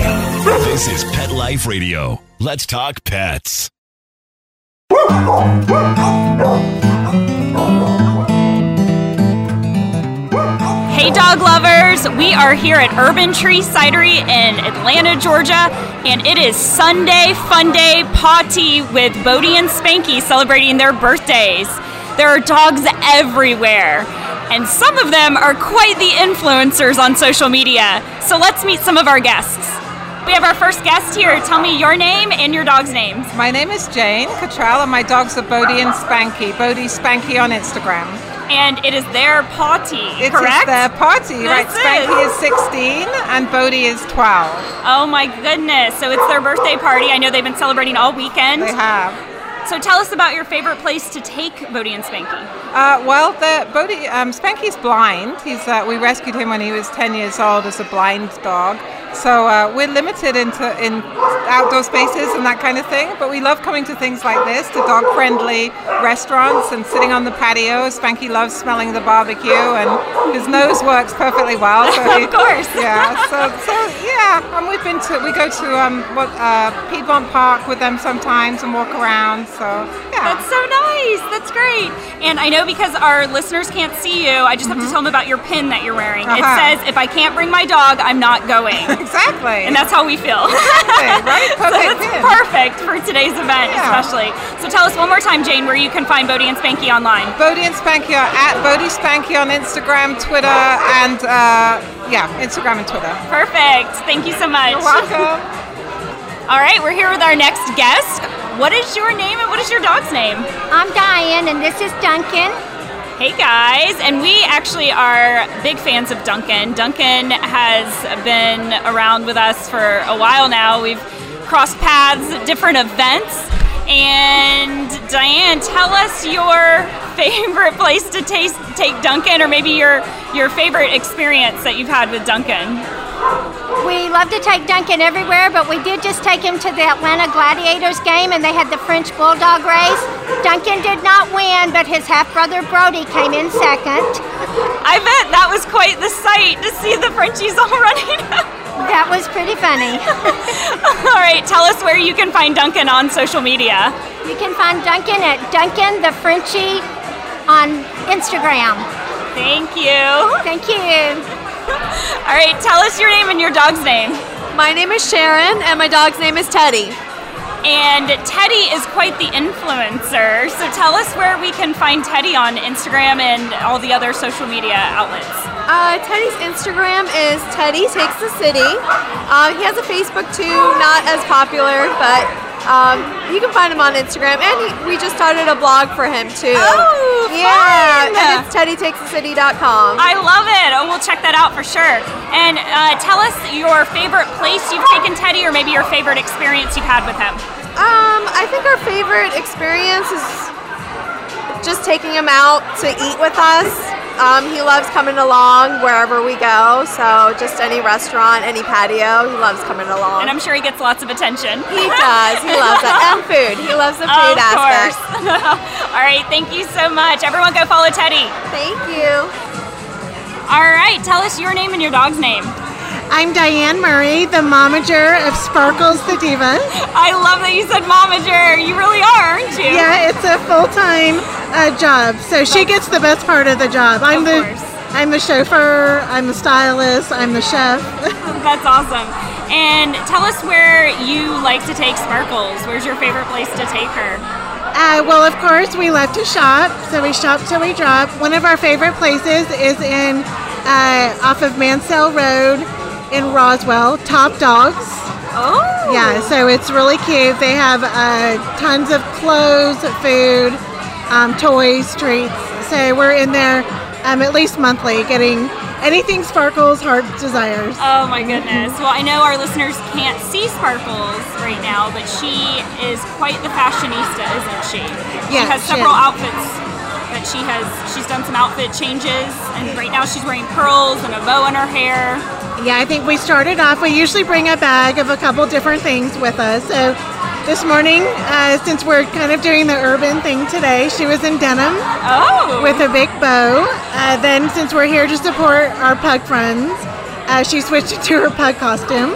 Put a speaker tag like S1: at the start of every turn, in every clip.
S1: This is Pet Life Radio. Let's talk pets.
S2: Hey, dog lovers! We are here at Urban Tree Cidery in Atlanta, Georgia, and it is Sunday Fun Day Potty with Bodie and Spanky celebrating their birthdays. There are dogs everywhere, and some of them are quite the influencers on social media. So let's meet some of our guests. We have our first guest here. Tell me your name and your dog's name.
S3: My name is Jane Cottrell, and my dogs are Bodie and Spanky. Bodie Spanky on Instagram.
S2: And it is their potty,
S3: It is
S2: correct?
S3: their party, right?
S2: This
S3: Spanky
S2: is.
S3: is 16 and Bodie is 12.
S2: Oh my goodness. So it's their birthday party. I know they've been celebrating all weekend.
S3: They have.
S2: So tell us about your favorite place to take Bodie and Spanky.
S3: Uh, well, the Bodie um, Spanky's blind. He's uh, we rescued him when he was 10 years old as a blind dog. So uh, we're limited into in outdoor spaces and that kind of thing. But we love coming to things like this, to dog-friendly restaurants and sitting on the patio. Spanky loves smelling the barbecue, and his nose works perfectly well. So
S2: Of
S3: he-
S2: course.
S3: yeah. So, so yeah, and we've been to we go to um what uh, Piedmont Park with them sometimes and walk around. So yeah,
S2: That's so nice. That's great. And I know because our listeners can't see you, I just have to tell them about your pin that you're wearing.
S3: Uh-huh.
S2: It says, if I can't bring my dog, I'm not going.
S3: exactly.
S2: and that's how we feel.
S3: Exactly, right?
S2: so
S3: Perfect
S2: that's
S3: pin.
S2: perfect for today's event,
S3: Yeah.
S2: especially. So tell us one more time, Jane, where you can find Bodie and Spanky online.
S3: Bodie and Spanky are at Bodie Spanky on Instagram, Twitter, and uh, yeah, Instagram and Twitter.
S2: Perfect. Thank you so much.
S3: You're welcome.
S2: All right, we're here with our next guest. What is your name and what is your dog's name?
S4: I'm Diane, and this is Duncan.
S2: Hey guys, and we actually are big fans of Duncan. Duncan has been around with us for a while now. We've crossed paths at different events. And Diane, tell us your favorite place to taste, take Duncan, or maybe your your favorite experience that you've had with Duncan.
S4: We love to take Duncan everywhere, but we did just take him to the Atlanta Gladiators game, and they had the French Bulldog race. Duncan did not win, but his half brother Brody came in second.
S2: I bet that was quite the sight to see the Frenchies all running.
S4: That was pretty funny.
S2: all right, tell us where you can find Duncan on social media.
S4: you can find Duncan at Duncan the Frenchie on Instagram.
S2: Thank you.
S4: Thank you.
S2: All right, tell us your name and your dog's name.
S5: My name is Sharon, and my dog's name is Teddy.
S2: And Teddy is quite the influencer, so tell us where we can find Teddy on Instagram and all the other social media outlets.
S5: Uh, Teddy's Instagram is Teddy Takes the City. Uh, he has a Facebook too, not as popular, but um, you can find him on Instagram. And he, we just started a blog for him too.
S2: Oh,
S5: yeah!
S2: fun.
S5: And it's TeddyTakesTheCity.com.
S2: I love it. Oh, we'll check that out for sure. And uh, tell us your favorite place you've taken Teddy, or maybe your favorite experience you've had with him.
S5: Um, I think our favorite experience is just taking him out to eat with us. Um, he loves coming along wherever we go. So just any restaurant, any patio, he loves coming along.
S2: And I'm sure he gets lots of attention.
S5: He does. He loves it. And food. He loves the
S2: Of
S5: food aspect.
S2: course. all right, thank you so much. Everyone, go follow Teddy.
S5: Thank you.
S2: All right, tell us your name and your dog's name.
S6: I'm Diane Murray, the momager of Sparkles the Diva.
S2: I love that you said momager. You really are, aren't you?
S6: Yeah, it's a full-time uh, job, so she gets the best part of the job.
S2: Of
S6: I'm the
S2: course.
S6: I'm the chauffeur. I'm the stylist. I'm the chef.
S2: That's awesome. And tell us where you like to take Sparkles. Where's your favorite place to take her?
S6: Uh, well, of course, we love to shop, so we shop till we drop. One of our favorite places is in uh, off of Mansell Road in Roswell, Top Dogs.
S2: Oh,
S6: Yeah, so it's really cute. They have uh, tons of clothes, food, um, toys, treats. So we're in there um, at least monthly getting anything sparkles, heart desires.
S2: Oh my goodness. Well, I know our listeners can't see Sparkles right now, but she is quite the fashionista, isn't she? she
S6: Yes,
S2: has
S6: she
S2: several
S6: is.
S2: outfits that she has. She's done some outfit changes, and right now she's wearing pearls and a bow in her hair.
S6: Yeah, I think we started off, we usually bring a bag of a couple different things with us. So this morning, uh, since we're kind of doing the urban thing today, she was in denim.
S2: Oh,
S6: with a big bow. Uh, then, since we're here to support our pug friends, Uh, she switched to her pug costume.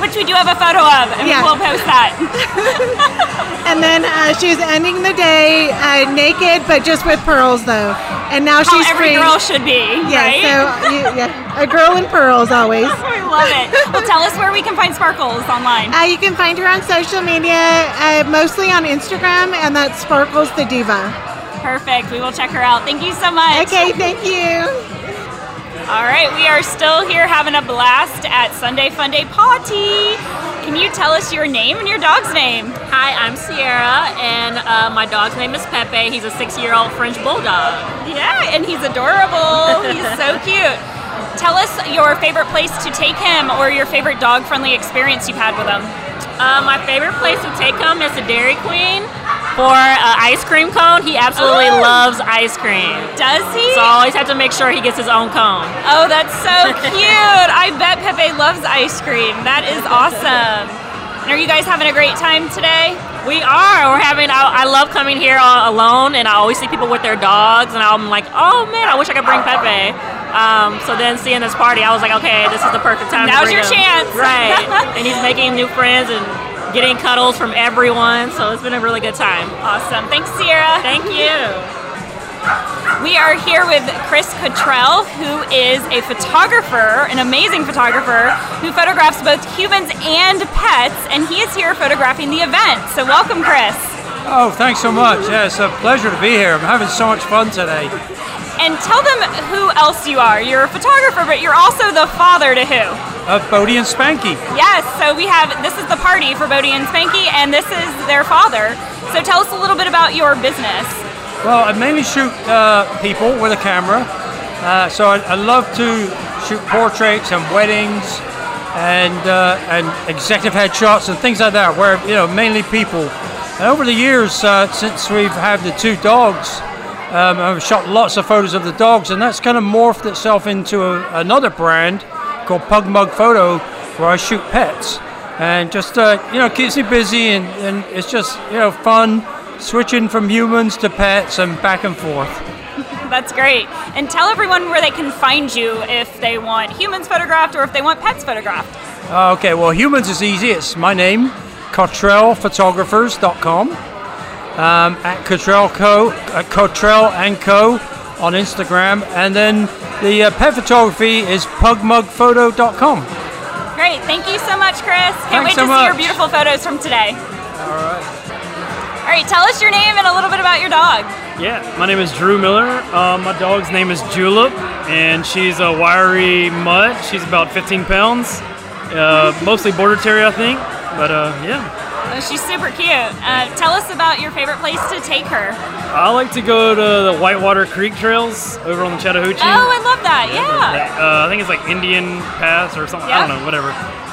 S2: which we do have a photo of, and
S6: Yeah.
S2: we will post that.
S6: And then uh, she's ending the day uh, naked, but just with pearls, though. And now
S2: How
S6: she's
S2: Oh, every
S6: free.
S2: girl should be,
S6: yeah,
S2: right?
S6: so you, yeah, a girl in pearls always.
S2: we love it. Well, tell us where we can find Sparkles online.
S6: Uh, you can find her on social media, uh, mostly on Instagram, and that's Sparkles the Diva.
S2: Perfect. We will check her out. Thank you so much.
S6: Okay, thank you.
S2: All right, we are still here having a blast at Sunday Fun Day Potty. Can you tell us your name and your dog's name?
S7: Hi, I'm Sierra, and uh, my dog's name is Pepe. He's a six-year-old French bulldog.
S2: Yeah, and he's adorable. He's so cute. Tell us your favorite place to take him or your favorite dog friendly experience you've had with him.
S7: Uh, my favorite place to take him is the Dairy Queen for uh, ice cream cone. He absolutely
S2: Oh.
S7: loves ice cream,
S2: Does he?
S7: so I always have to make sure he gets his own cone.
S2: Oh, that's so cute. I bet Pepe loves ice cream. That is awesome. And are you guys having a great time today?
S7: We are. We're having. I, I love coming here all alone, and I always see people with their dogs, and I'm like, oh man, I wish I could bring Pepe. Um, so then seeing this party, I was like, okay, this is the perfect time. to
S2: Now's
S7: bring
S2: your
S7: him.
S2: chance.
S7: right? and he's making new friends and getting cuddles from everyone. So it's been a really good time.
S2: Awesome. Thanks, Sierra.
S7: Thank you.
S2: We are here with Chris Cottrell, who is a photographer, an amazing photographer, who photographs both humans and pets, and he is here photographing the event. So, welcome, Chris.
S8: Oh, thanks so much. Yeah, it's a pleasure to be here. I'm having so much fun today.
S2: And tell them who else you are. You're a photographer, but you're also the father to who?
S8: Uh, Bodie and Spanky.
S2: Yes, so we have this is the party for Bodie and Spanky, and this is their father. So, tell us a little bit about your business.
S8: Well, I mainly shoot uh, people with a camera. Uh, so I, I love to shoot portraits and weddings and uh, and executive headshots and things like that, where you know mainly people. And over the years, uh, since we've had the two dogs, um, I've shot lots of photos of the dogs, and that's kind of morphed itself into a, another brand called Pug Mug Photo, where I shoot pets, and just uh, you know keeps me busy, and, and it's just you know fun switching from humans to pets and back and forth.
S2: That's great. And tell everyone where they can find you if they want humans photographed or if they want pets photographed.
S8: Uh, okay, well, humans is easy. It's my name, CottrellPhotographers.com, um, at Cottrell Co, at Cottrell and Co on Instagram, and then the uh, pet photography is PugMugPhoto.com.
S2: Great. Thank you so much, Chris. Can't
S8: Thanks
S2: wait to
S8: so
S2: see your
S8: much.
S2: beautiful photos from today. All right. All right. Tell us your name and a little bit about your dog.
S9: Yeah, my name is Drew Miller. Uh, my dog's name is Julep, and she's a wiry mutt. She's about 15 pounds, uh, mostly border terrier, I think. But uh, yeah,
S2: Oh, she's super cute. Uh, tell us about your favorite place to take her.
S9: I like to go to the Whitewater Creek trails over on the Chattahoochee.
S2: Oh, I love that. Yeah.
S9: Uh, I think it's like Indian Pass or something. I
S2: Yeah.
S9: don't know, whatever.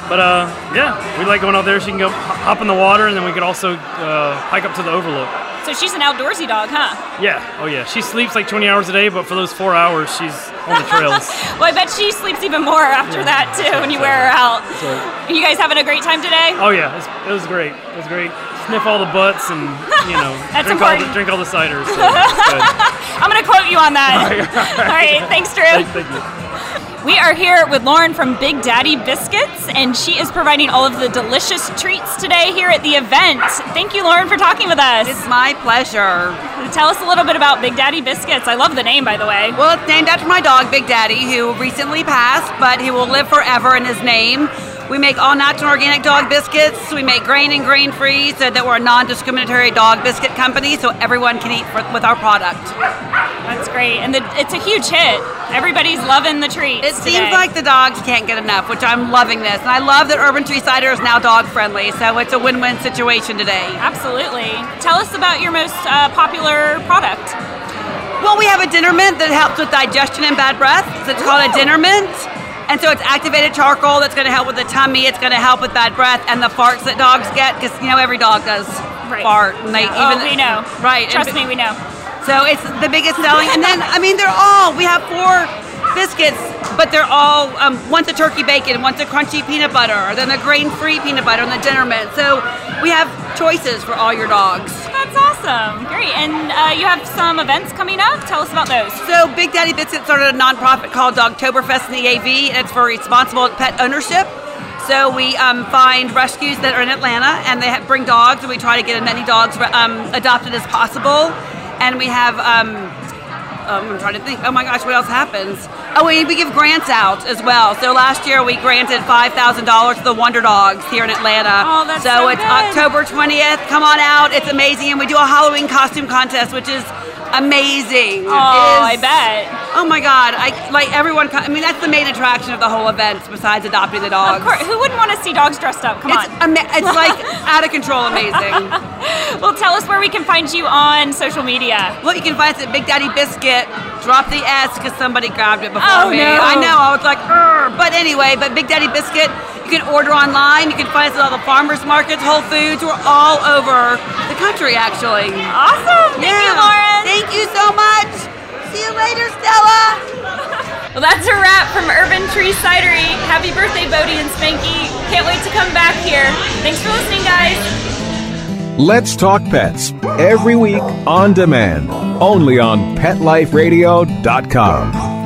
S9: But uh, yeah, we like going out there. She can go h- hop in the water, and then we could also uh, hike up to the overlook.
S2: So she's an outdoorsy dog, huh?
S9: Yeah, oh yeah. She sleeps like 20 hours a day, but for those four hours, she's on the trails.
S2: well, I bet she sleeps even more after that too when you wear her out. Are you guys having a great time today?
S9: Oh yeah, it's, it was great. It was great. Sniff all the butts and you know
S2: That's
S9: drink all the
S2: important.
S9: drink all the ciders. So it's good.
S2: I'm gonna quote you on that. All right. Thanks, Drew.
S9: Thank- thank you.
S2: We are here with Lauren from Big Daddy Biscuits, and she is providing all of the delicious treats today here at the event. Thank you, Lauren, for talking with us.
S10: It's my pleasure.
S2: Tell us a little bit about Big Daddy Biscuits. I love the name, by the way.
S10: Well, it's named after my dog, Big Daddy, who recently passed, but he will live forever in his name. We make all natural organic dog biscuits. We make grain and grain free, so that we're a non discriminatory dog biscuit company, so everyone can eat for, with our product.
S2: That's great, and the, it's a huge hit. Everybody's loving the treats.
S10: It
S2: today.
S10: seems like the dogs can't get enough, which I'm loving this. And I love that Urban Tree Cider is now dog friendly, so it's a win win situation today.
S2: absolutely. Tell us about your most uh, popular product.
S10: Well, we have a dinner mint that helps with digestion and bad breath. So it's called a dinner mint. And so it's activated charcoal that's going to help with the tummy. It's going to help with bad breath and the farts that dogs get because you know every dog does
S2: Right.
S10: fart. And they
S2: Oh,
S10: even
S2: we know.
S10: right.
S2: Trust
S10: and,
S2: me, we know.
S10: So it's the biggest selling. and then I mean they're all we have four biscuits, but they're all um, one's a turkey bacon, one's a crunchy peanut butter, then a grain-free peanut butter, and the dinner mint. So we have choices for all your dogs.
S2: that's awesome. Great. And uh, you have some events coming up. Tell us about those.
S10: So Big Daddy Biscuit started a nonprofit called Dogtoberfest in the AV, and it's for responsible pet ownership. So we um, find rescues that are in Atlanta, and they ha bring dogs, and we try to get as many dogs um, adopted as possible. And we have, um, um, I'm trying to think. Oh my gosh, what else happens? Oh, we, we give grants out as well. So last year we granted five thousand dollars to the Wonder Dogs here in Atlanta.
S2: Oh, that's so
S10: so it's
S2: good.
S10: October twentieth. Come on out. It's amazing, and we do a Halloween costume contest, which is amazing.
S2: Oh, I bet.
S10: Oh my God! I like everyone. co- I mean, that's the main attraction of the whole event, besides adopting the dogs.
S2: Of course, who wouldn't want to see dogs dressed up? Come
S10: it's
S2: on.
S10: ama- it's like out of control, amazing.
S2: Well, tell us where we can find you on social media.
S10: Well, you can find us at Big Daddy Biscuit. Drop the S because somebody grabbed it before
S2: Oh,
S10: me.
S2: no.
S10: I know. I was like, "Urgh." but anyway, but Big Daddy Biscuit. You can order online. You can find us at all the farmers markets, Whole Foods. We're all over the country, actually.
S2: Awesome. Thank you, Lauren.
S10: Thank you so much. See you later, Stella.
S2: Well, that's a wrap from Urban Tree Cidery. Happy birthday, Bodie and Spanky. Can't wait to come back here. Thanks for listening, guys.
S11: Let's Talk Pets every week on demand, only on PetLifeRadio.com.